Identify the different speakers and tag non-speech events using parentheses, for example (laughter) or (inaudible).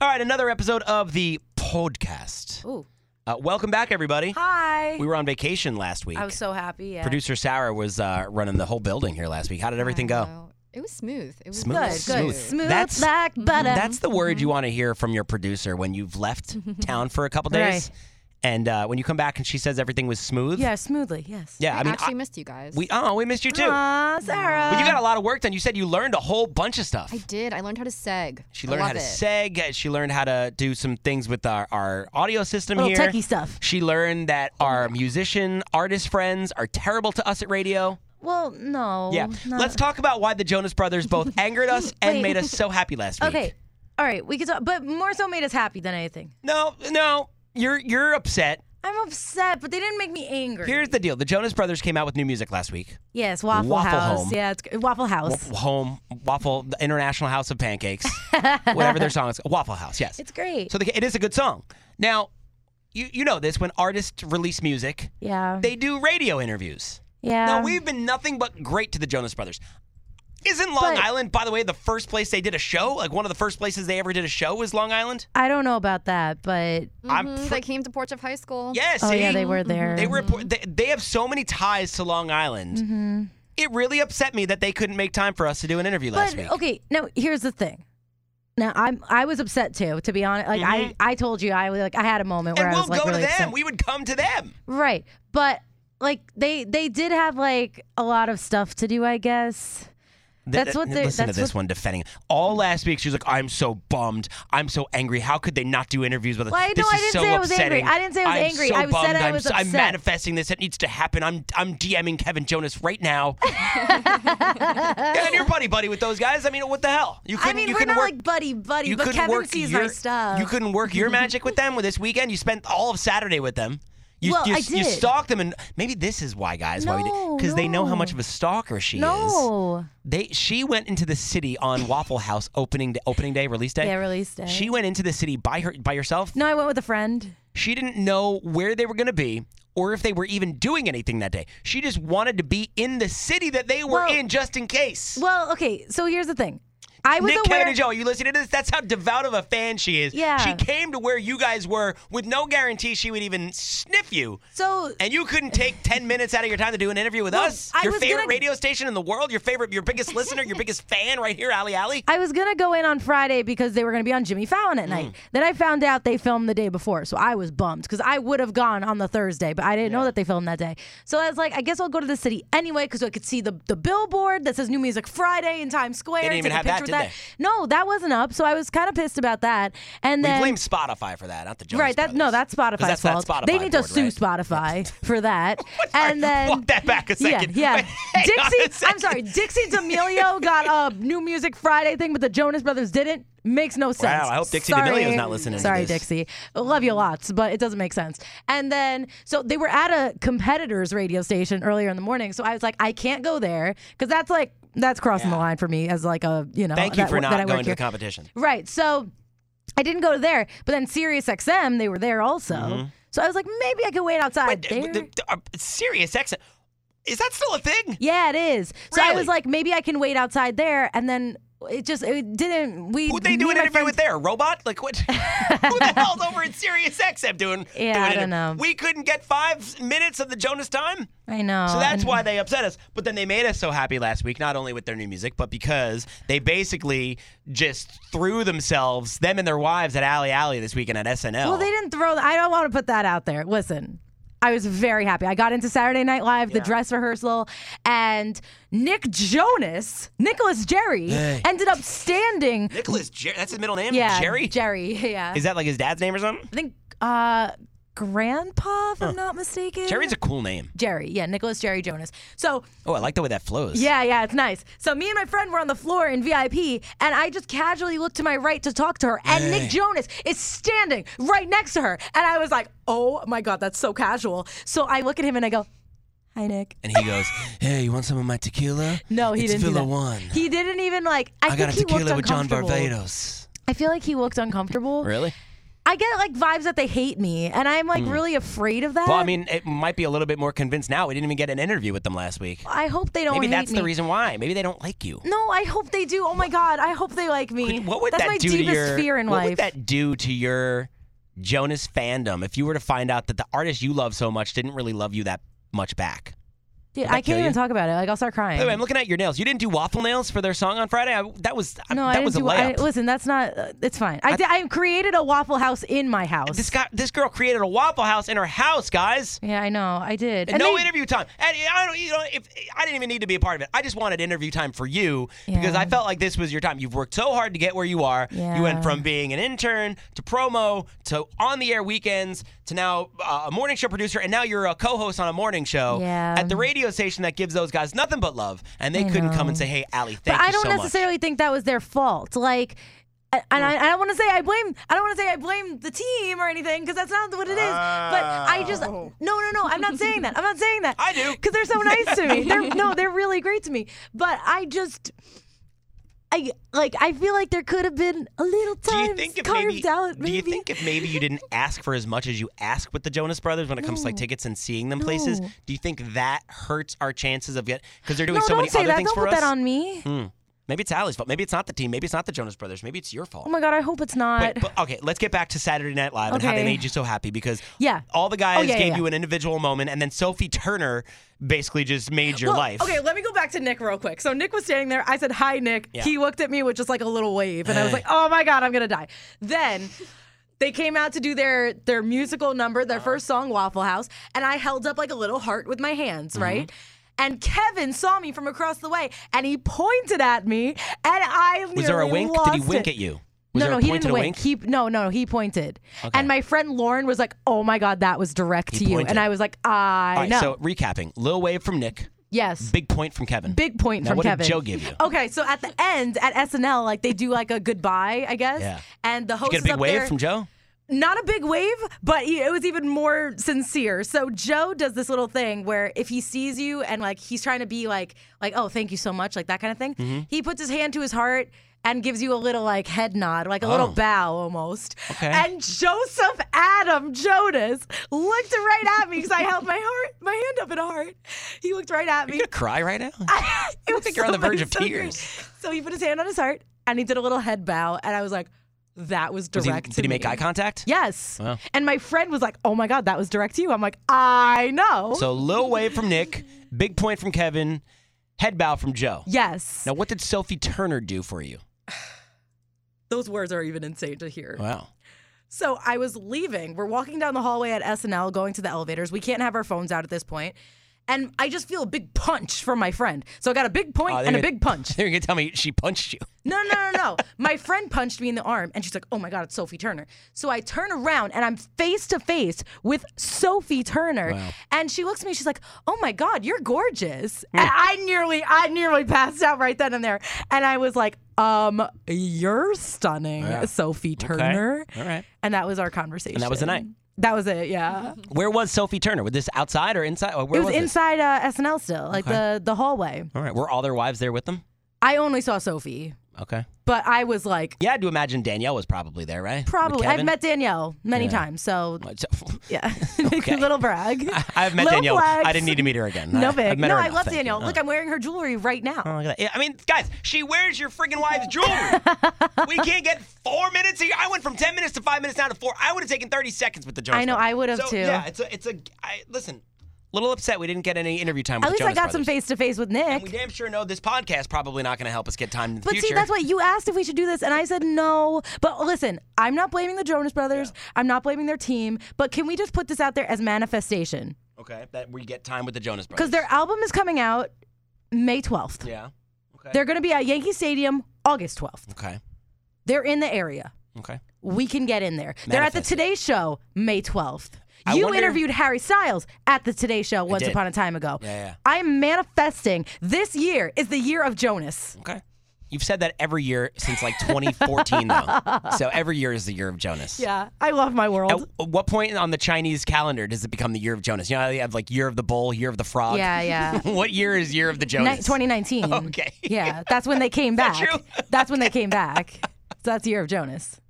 Speaker 1: All right, another episode of the podcast.
Speaker 2: Ooh.
Speaker 1: Uh, welcome back, everybody.
Speaker 2: Hi.
Speaker 1: We were on vacation last week.
Speaker 2: I was so happy. Yeah.
Speaker 1: Producer Sarah was uh, running the whole building here last week. How did everything go?
Speaker 3: Wow. It was smooth. It was
Speaker 1: Smooth,
Speaker 3: good.
Speaker 1: smooth.
Speaker 3: Good.
Speaker 2: Smooth uh,
Speaker 1: That's-
Speaker 2: like butter.
Speaker 1: That's the word
Speaker 2: mm-hmm.
Speaker 1: you want to hear from your producer when you've
Speaker 2: (laughs)
Speaker 1: left town for a couple days,
Speaker 2: Right.
Speaker 1: and uh, when you come back and she says everything was smooth.
Speaker 2: yeah, smoothly. Yes.
Speaker 1: yeah. I mean,
Speaker 3: actually
Speaker 1: I-
Speaker 3: missed you guys.
Speaker 1: we oh we missed you too.
Speaker 2: Aw, Sarah.
Speaker 1: but you got a lot of work done. You said you learned a whole bunch of stuff.
Speaker 3: I did. I learned how to seg.
Speaker 1: She
Speaker 3: I
Speaker 1: learned how
Speaker 3: love
Speaker 1: to
Speaker 3: it.
Speaker 1: seg. She learned how to do some things with our, our audio system
Speaker 2: little
Speaker 1: here.
Speaker 2: techie stuff.
Speaker 1: She learned that our musician artist friends are terrible to us at radio.
Speaker 2: Well, Oh, no.
Speaker 1: Yeah.
Speaker 2: not-
Speaker 1: Let's talk about why the Jonas Brothers both
Speaker 2: (laughs)
Speaker 1: angered us and
Speaker 2: Wait.
Speaker 1: made us so happy last week.
Speaker 2: Okay. All right. We could talk, but more so made us happy than anything.
Speaker 1: No, no. You're you're upset.
Speaker 2: I'm upset, but they didn't make me angry.
Speaker 1: Here's the deal. The Jonas Brothers came out with new music last week.
Speaker 2: yes, Waffle,
Speaker 1: Waffle
Speaker 2: House.
Speaker 1: Home.
Speaker 2: Yeah, it's g- Waffle House.
Speaker 1: Wa- Home Waffle the International House of
Speaker 2: (laughs)
Speaker 1: Pancakes. whatever their song is. Waffle House, yes.
Speaker 2: It's great.
Speaker 1: so the, it is a good song. Now, you you know this when artists release music,
Speaker 2: yeah.
Speaker 1: they do radio interviews.
Speaker 2: yeah.
Speaker 1: Now we've been nothing but great to the Jonas Brothers. Isn't Long
Speaker 2: But-
Speaker 1: Island, by the way, the first place they did a show? Like one of the first places they ever did a show was Long Island.
Speaker 2: I don't know about that, but
Speaker 1: I'm
Speaker 3: Mhm,
Speaker 1: pre-
Speaker 3: They came to Porch of High School.
Speaker 1: yes.
Speaker 2: Mm-hmm. oh yeah,
Speaker 1: see?
Speaker 2: they were there. Mm-hmm.
Speaker 1: They were. impor- They, they have so many ties to Long Island. It really upset me that they couldn't make time for us to do an interview last
Speaker 2: But
Speaker 1: week.
Speaker 2: okay, now here's the thing. Now I'm I was upset too, to be honest. Like I I told you I was like I had a moment where
Speaker 1: Mm-hmm. And
Speaker 2: I
Speaker 1: we'll
Speaker 2: was like
Speaker 1: go
Speaker 2: really
Speaker 1: to them.
Speaker 2: upset.
Speaker 1: We would come to them.
Speaker 2: Right. But like they they did have like a lot of stuff to do, I guess. That's
Speaker 1: Th-
Speaker 2: what
Speaker 1: th-
Speaker 2: they're-
Speaker 1: Listen
Speaker 2: that's
Speaker 1: to this
Speaker 2: what-
Speaker 1: one defending. All last week, she was like, "I'm so bummed. I'm so angry. How could they not do interviews with us?
Speaker 2: Well, I-
Speaker 1: this
Speaker 2: no, I
Speaker 1: is
Speaker 2: didn't
Speaker 1: so
Speaker 2: say I was
Speaker 1: upsetting.
Speaker 2: angry. I didn't say I was
Speaker 1: am
Speaker 2: angry.
Speaker 1: So
Speaker 2: I was- said
Speaker 1: bummed.
Speaker 2: I
Speaker 1: I'm,
Speaker 2: was
Speaker 1: so- I'm
Speaker 2: upset.
Speaker 1: manifesting this. It needs to happen. I'm I'm DMing Kevin Jonas right
Speaker 2: (laughs)
Speaker 1: now. yeah, and you're buddy buddy with those guys. I mean, what the hell? You
Speaker 2: I
Speaker 1: couldn't.
Speaker 2: mean,
Speaker 1: you
Speaker 2: we're
Speaker 1: couldn't
Speaker 2: not
Speaker 1: work.
Speaker 2: like buddy buddy,
Speaker 1: you
Speaker 2: but
Speaker 1: couldn't
Speaker 2: Kevin
Speaker 1: work
Speaker 2: sees
Speaker 1: your,
Speaker 2: my stuff.
Speaker 1: You couldn't work your magic with them with this weekend. You spent all of Saturday with them. You,
Speaker 2: Well,
Speaker 1: you,
Speaker 2: I
Speaker 1: you
Speaker 2: did.
Speaker 1: stalked them, and maybe this is why, guys, why we
Speaker 2: No,
Speaker 1: did because they know how
Speaker 2: no.
Speaker 1: much of a stalker she is.
Speaker 2: no.
Speaker 1: They she went into the city on Waffle House opening day, opening day, release day.
Speaker 2: Yeah, release day.
Speaker 1: She went into the city by her by herself.
Speaker 2: No, I went with a friend.
Speaker 1: She didn't know where they were going to be or if they were even doing anything that day. She just wanted to be in the city that they were
Speaker 2: Well-
Speaker 1: in just in case.
Speaker 2: Well, okay, so here's the thing. I was
Speaker 1: Nick
Speaker 2: aware
Speaker 1: Kevin and Joe, are you listening to this? That's how devout of a fan she is.
Speaker 2: Yeah.
Speaker 1: She came to where you guys were with no guarantee she would even sniff you.
Speaker 2: so
Speaker 1: And you couldn't
Speaker 2: (laughs)
Speaker 1: take 10 minutes out of your time to do an interview with
Speaker 2: Well,
Speaker 1: us?
Speaker 2: I
Speaker 1: Your
Speaker 2: was
Speaker 1: favorite
Speaker 2: gonna-
Speaker 1: radio station in the world? Your favorite, your biggest listener, your biggest fan right here, Ali Ali?
Speaker 2: I was gonna go in on Friday because they were gonna be on Jimmy Fallon
Speaker 1: Mm.
Speaker 2: at night. Then I found out they filmed the day before, so I was bummed because I would have gone on the Thursday, but I didn't know that they filmed that day. So I was like, I guess I'll go to the city anyway because I could see the the billboard that says New Music Friday in Times Square.
Speaker 1: They didn't
Speaker 2: and
Speaker 1: even
Speaker 2: take a
Speaker 1: have
Speaker 2: picture
Speaker 1: that,
Speaker 2: with No, that wasn't up, so I was kind of pissed about that. And
Speaker 1: We
Speaker 2: then
Speaker 1: blame Spotify for that, not the Jonas
Speaker 2: right, that no,
Speaker 1: Brothers.
Speaker 2: that's
Speaker 1: 'Cause
Speaker 2: Spotify's
Speaker 1: that's that
Speaker 2: fault.
Speaker 1: Spotify
Speaker 2: they need
Speaker 1: board,
Speaker 2: to sue
Speaker 1: right?
Speaker 2: Spotify
Speaker 1: (laughs)
Speaker 2: for that.
Speaker 1: Sorry,
Speaker 2: and then
Speaker 1: walk that back a second.
Speaker 2: yeah, yeah.
Speaker 1: Hang on a
Speaker 2: Dixie, I'm
Speaker 1: second.
Speaker 2: sorry.
Speaker 1: (laughs)
Speaker 2: Dixie D'Amelio got a New Music Friday thing, but the Jonas Brothers didn't. Makes no sense.
Speaker 1: I hope Dixie
Speaker 2: sorry.
Speaker 1: D'Amelio's not listening to
Speaker 2: Sorry,
Speaker 1: this.
Speaker 2: Dixie. Love you lots, but it doesn't make sense. And then, so they were at a competitor's radio station earlier in the morning. So I was like, I can't go there because that's like that's crossing
Speaker 1: Yeah.
Speaker 2: the line for me as like a you know.
Speaker 1: Thank you
Speaker 2: uh, that-
Speaker 1: for
Speaker 2: that I
Speaker 1: not
Speaker 2: work
Speaker 1: going to
Speaker 2: here.
Speaker 1: the competition.
Speaker 2: Right. So I didn't go to there, but then Sirius XM, they were there also.
Speaker 1: Mm-hmm.
Speaker 2: So I was like, maybe I could wait outside
Speaker 1: But, uh,
Speaker 2: there.
Speaker 1: the- the- uh, serious exit. Is that still a thing?
Speaker 2: yeah, it is. So I
Speaker 1: Really?
Speaker 2: was like, maybe I can wait outside there, and then it just it didn't. We
Speaker 1: Who'd they
Speaker 2: me
Speaker 1: do an
Speaker 2: and my
Speaker 1: interview with there? A robot? Like
Speaker 2: (laughs)
Speaker 1: what? Who the hell's over at Sirius XM doing?
Speaker 2: Yeah,
Speaker 1: doing an
Speaker 2: I don't
Speaker 1: interview?
Speaker 2: know.
Speaker 1: We couldn't get five minutes of the Jonas time,
Speaker 2: friends- I know.
Speaker 1: so that's
Speaker 2: and-
Speaker 1: why they upset us. But then they made us so happy last week, not only with their new music, but because they basically just threw themselves, them and their wives, at Alley Alley this weekend at SNL.
Speaker 2: Well, they didn't throw. I don't want to put that out there. Listen, I was very happy. I got into Saturday Night Live, the dress rehearsal, and Nick Jonas, Nicholas Jerry,
Speaker 1: Hey.
Speaker 2: ended up standing.
Speaker 1: Nicholas, Jer- that's his middle name.
Speaker 2: Yeah,
Speaker 1: Jerry.
Speaker 2: Jerry. (laughs) Yeah.
Speaker 1: Is that like his dad's name or something?
Speaker 2: I think uh grandpa, if I'm not mistaken.
Speaker 1: Jerry's a cool name.
Speaker 2: Jerry, yeah, Nicholas Jerry Jonas. So
Speaker 1: Oh, I like the way that flows.
Speaker 2: yeah, yeah, it's nice. So me and my friend were on the floor in VIP, and I just casually looked to my right to talk to her, and Nick Jonas is standing right next to her, and I was like, oh my god, that's so casual. So I look at him and I go, hi Nick.
Speaker 1: And he goes, "Hey, you want some of my tequila?
Speaker 2: (laughs) No, he
Speaker 1: it's
Speaker 2: didn't. do
Speaker 1: Villa
Speaker 2: that. (laughs)
Speaker 1: One.
Speaker 2: He didn't even like. I,
Speaker 1: I
Speaker 2: think
Speaker 1: got a
Speaker 2: (laughs) he looked
Speaker 1: tequila with John
Speaker 2: uncomfortable.
Speaker 1: Barbados.
Speaker 2: I feel like he looked uncomfortable.
Speaker 1: Really? Mm.
Speaker 2: I get like vibes that they hate me, and I'm like really afraid of that.
Speaker 1: Well, I mean, it might be a little bit more convinced now. We didn't even get an interview with them last week.
Speaker 2: I hope they don't.
Speaker 1: Maybe
Speaker 2: hate
Speaker 1: that's
Speaker 2: me.
Speaker 1: the reason why. Maybe they don't like you.
Speaker 2: No, I hope they do. Oh my god, I hope they like me.
Speaker 1: What would
Speaker 2: that's
Speaker 1: that
Speaker 2: my
Speaker 1: do
Speaker 2: deepest
Speaker 1: to your
Speaker 2: fear in
Speaker 1: What
Speaker 2: life.
Speaker 1: would that do to your Jonas fandom if you were to find out that the artist you love so much didn't really love you that much back?
Speaker 2: Dude,
Speaker 1: that
Speaker 2: I
Speaker 1: kill
Speaker 2: can't even
Speaker 1: you?
Speaker 2: talk about it. Like I'll start crying.
Speaker 1: By the way, I'm looking at your nails. You didn't do waffle nails for their song on Friday. I, that was I-
Speaker 2: no,
Speaker 1: that
Speaker 2: I didn't
Speaker 1: was a
Speaker 2: do. I,
Speaker 1: layup.
Speaker 2: listen, that's not. Uh, it's fine. I, did, I created a Waffle House in my house.
Speaker 1: this guy, this girl created a waffle house in her house, guys.
Speaker 2: yeah, I know. I did. And
Speaker 1: no
Speaker 2: they-
Speaker 1: interview time. And I don't, you know, if I didn't even need to be a part of it. I just wanted interview time for you because
Speaker 2: Yeah.
Speaker 1: I felt like this was your time. You've worked so hard to get where you are. You
Speaker 2: Yeah.
Speaker 1: went from being an intern to promo to on the air weekends to now uh, a morning show producer, and now you're a co-host on a morning show
Speaker 2: Yeah.
Speaker 1: at the radio station that gives those guys nothing but love, and they couldn't come and say, "Hey, Allie, thank
Speaker 2: But
Speaker 1: you
Speaker 2: I don't
Speaker 1: so much."
Speaker 2: necessarily think that was their fault. Like, and and I, I don't want to say I blame. I don't want to say I blame the team or anything because that's not what it is. But I just no, no, no. I'm not saying that. I'm not saying that.
Speaker 1: Oh. (laughs) I do.
Speaker 2: because they're so nice
Speaker 1: (laughs)
Speaker 2: to me. They're no, they're really great to me. But I just. I, like I feel like there could have been a little
Speaker 1: do
Speaker 2: time
Speaker 1: you think if
Speaker 2: carved
Speaker 1: maybe,
Speaker 2: out. Maybe
Speaker 1: do you think if maybe you didn't ask for as much as you ask with the Jonas Brothers when it comes to like tickets and seeing them places?
Speaker 2: No.
Speaker 1: Do you think that hurts our chances of get because they're doing
Speaker 2: no,
Speaker 1: so many
Speaker 2: don't say
Speaker 1: other
Speaker 2: that.
Speaker 1: things
Speaker 2: Don't
Speaker 1: for
Speaker 2: put
Speaker 1: us? Hmm.
Speaker 2: that on me.
Speaker 1: Maybe it's Allie's fault. Maybe it's not the team. Maybe it's not the Jonas Brothers. Maybe it's your fault.
Speaker 2: Oh my god, I hope it's
Speaker 1: Wait,
Speaker 2: not.
Speaker 1: but, okay, let's get back to Saturday Night Live and how they
Speaker 2: Okay.
Speaker 1: made you so happy because
Speaker 2: Yeah. Oh,
Speaker 1: all the guys
Speaker 2: yeah, yeah,
Speaker 1: gave
Speaker 2: yeah.
Speaker 1: you an individual moment, and then Sophie Turner basically just made your
Speaker 2: Well,
Speaker 1: life.
Speaker 2: Oh, Okay, let me go back to Nick real quick. So Nick was standing there. I said, "Hi, Nick."
Speaker 1: Yeah. Eh.
Speaker 2: He looked at me with just like a little wave, and I was like, "Oh my god, I'm gonna die." Then. They came out to do their their musical number, their first song, Waffle House, and I held up like a little heart with my hands,
Speaker 1: Mm-hmm.
Speaker 2: right? And Kevin saw me from across the way, and he pointed at me, and I
Speaker 1: Was there a
Speaker 2: nearly
Speaker 1: wink? Did he
Speaker 2: lost
Speaker 1: wink
Speaker 2: it.
Speaker 1: at you? Was
Speaker 2: no,
Speaker 1: there
Speaker 2: no,
Speaker 1: a
Speaker 2: he
Speaker 1: point
Speaker 2: didn't
Speaker 1: and a
Speaker 2: wink. He no, no, he pointed, and my friend Lauren was like, "Oh my God, that was direct to you,"
Speaker 1: pointed.
Speaker 2: and I was like, "I
Speaker 1: All right,
Speaker 2: know."
Speaker 1: so recapping: little wave from Nick,
Speaker 2: yes,
Speaker 1: big point from Kevin.
Speaker 2: Big point
Speaker 1: Now,
Speaker 2: from
Speaker 1: what did
Speaker 2: Kevin. Oh,
Speaker 1: Joe give you?
Speaker 2: Okay, so at the end at SNL, like they do like a goodbye, I guess.
Speaker 1: Yeah.
Speaker 2: And the host
Speaker 1: Get a
Speaker 2: is
Speaker 1: big
Speaker 2: up
Speaker 1: wave
Speaker 2: there.
Speaker 1: from Joe.
Speaker 2: Not a big wave, but he- it was even more sincere. So Joe does this little thing where if he sees you and like he's trying to be like like oh thank you so much like that kind of thing,
Speaker 1: Mm-hmm.
Speaker 2: he puts his hand to his heart. And gives you a little like head nod, like a little
Speaker 1: Oh.
Speaker 2: bow almost.
Speaker 1: Okay.
Speaker 2: And Joseph Adam Jonas looked right at me because I held my heart, my hand up in a heart. He looked right
Speaker 1: (laughs)
Speaker 2: at me.
Speaker 1: You gonna cry right
Speaker 2: (laughs)
Speaker 1: now?
Speaker 2: it was
Speaker 1: like you're on the verge of
Speaker 2: funny, so
Speaker 1: tears.
Speaker 2: great. So he put his hand on his heart and he did a little head bow, and I was like, "That was
Speaker 1: Was he-
Speaker 2: direct."
Speaker 1: did
Speaker 2: to
Speaker 1: he make
Speaker 2: me.
Speaker 1: eye contact?
Speaker 2: Yes.
Speaker 1: Wow.
Speaker 2: And my friend was like, "Oh my god, that was direct to you." I'm like, "I know."
Speaker 1: So little wave from Nick, big point from Kevin, head bow from Joe.
Speaker 2: yes.
Speaker 1: Now, what did Sophie Turner do for you?
Speaker 2: Those words are even insane to hear.
Speaker 1: Wow. (laughs)
Speaker 2: So I was leaving. We're walking down the hallway at SNL, going to the elevators. We can't have our phones out at this point. And I just feel a big punch from my friend. So I got a big point
Speaker 1: Oh, they're
Speaker 2: and a
Speaker 1: gonna-
Speaker 2: big punch.
Speaker 1: You're gonna tell me she punched you.
Speaker 2: No, no, no, no. My friend punched me in the arm and she's like, oh my God, it's Sophie Turner. So I turn around and I'm face to face with Sophie Turner.
Speaker 1: Wow.
Speaker 2: And she looks at me, she's like, oh my God, you're gorgeous.
Speaker 1: Hmm.
Speaker 2: And I nearly, I nearly passed out right then and there. And I was like, um, you're stunning,
Speaker 1: Yeah.
Speaker 2: Sophie
Speaker 1: Okay.
Speaker 2: Turner.
Speaker 1: All right.
Speaker 2: And that was our conversation.
Speaker 1: was the night.
Speaker 2: That was it, yeah.
Speaker 1: Where was Sophie Turner? Was this outside or inside? Or
Speaker 2: it
Speaker 1: Where
Speaker 2: was, inside uh, SNL still, like the, the hallway.
Speaker 1: All right. Were all their wives there with them?
Speaker 2: I only saw Sophie,
Speaker 1: Okay.
Speaker 2: but I was like,
Speaker 1: Yeah, I do imagine Danielle was probably there, right? With
Speaker 2: Probably. I've
Speaker 1: Kevin?
Speaker 2: met Danielle many times, so
Speaker 1: So- (laughs)
Speaker 2: Yeah. (laughs)
Speaker 1: Okay.
Speaker 2: Little brag.
Speaker 1: I've met
Speaker 2: Little
Speaker 1: Danielle.
Speaker 2: flags.
Speaker 1: I didn't need to meet her again. I,
Speaker 2: No
Speaker 1: I've
Speaker 2: big.
Speaker 1: met
Speaker 2: No,
Speaker 1: her
Speaker 2: I
Speaker 1: enough.
Speaker 2: love
Speaker 1: Thank you.
Speaker 2: Danielle.
Speaker 1: Oh.
Speaker 2: Look, I'm wearing her jewelry right
Speaker 1: Oh,
Speaker 2: now.
Speaker 1: look at that. Yeah, I mean, guys, she wears your freaking wife's
Speaker 2: (laughs)
Speaker 1: jewelry. we can't get four minutes. Here. I went from ten minutes to five minutes down to four. I would have taken thirty seconds with the Jonas.
Speaker 2: I know,
Speaker 1: Brothers.
Speaker 2: I would've
Speaker 1: So,
Speaker 2: too.
Speaker 1: Yeah, it's a, it's a. I, listen, little upset we didn't get any interview time. With
Speaker 2: At least
Speaker 1: the
Speaker 2: I
Speaker 1: Jonas
Speaker 2: got some
Speaker 1: Brothers.
Speaker 2: face to face with
Speaker 1: We
Speaker 2: Nick.
Speaker 1: damn sure know this podcast probably not going to help us get time in the
Speaker 2: But
Speaker 1: future.
Speaker 2: see, that's what you asked if we should do this, and I said no. But listen, I'm not blaming the Jonas Brothers. I'm not blaming their team. But can we just put this out there as manifestation?
Speaker 1: Okay, that we get time with the Jonas Brothers.
Speaker 2: Because their album is coming out May 12th.
Speaker 1: yeah. Okay.
Speaker 2: They're going to be at Yankee Stadium August 12th.
Speaker 1: okay.
Speaker 2: They're in the area.
Speaker 1: Okay.
Speaker 2: we can get in there. They're at the
Speaker 1: Manifest it.
Speaker 2: Today Show May 12th.
Speaker 1: I
Speaker 2: you
Speaker 1: wonder-
Speaker 2: interviewed Harry Styles at the Today Show once
Speaker 1: did.
Speaker 2: upon a time ago.
Speaker 1: Yeah, yeah.
Speaker 2: I am manifesting this year is the year of Jonas.
Speaker 1: Okay. You've said that every year since like 2014,
Speaker 2: (laughs)
Speaker 1: though. So every year is the year of Jonas.
Speaker 2: Yeah, I love my world.
Speaker 1: At what point on the Chinese calendar does it become the year of Jonas? You know, how they have like year of the bull, year of the frog.
Speaker 2: Yeah, yeah.
Speaker 1: (laughs) what year is year of the
Speaker 2: Ni-
Speaker 1: Jonas?
Speaker 2: 2019.
Speaker 1: (laughs) Okay.
Speaker 2: Yeah, that's when they came back.
Speaker 1: true?
Speaker 2: That's when they came back. So that's the year of Jonas.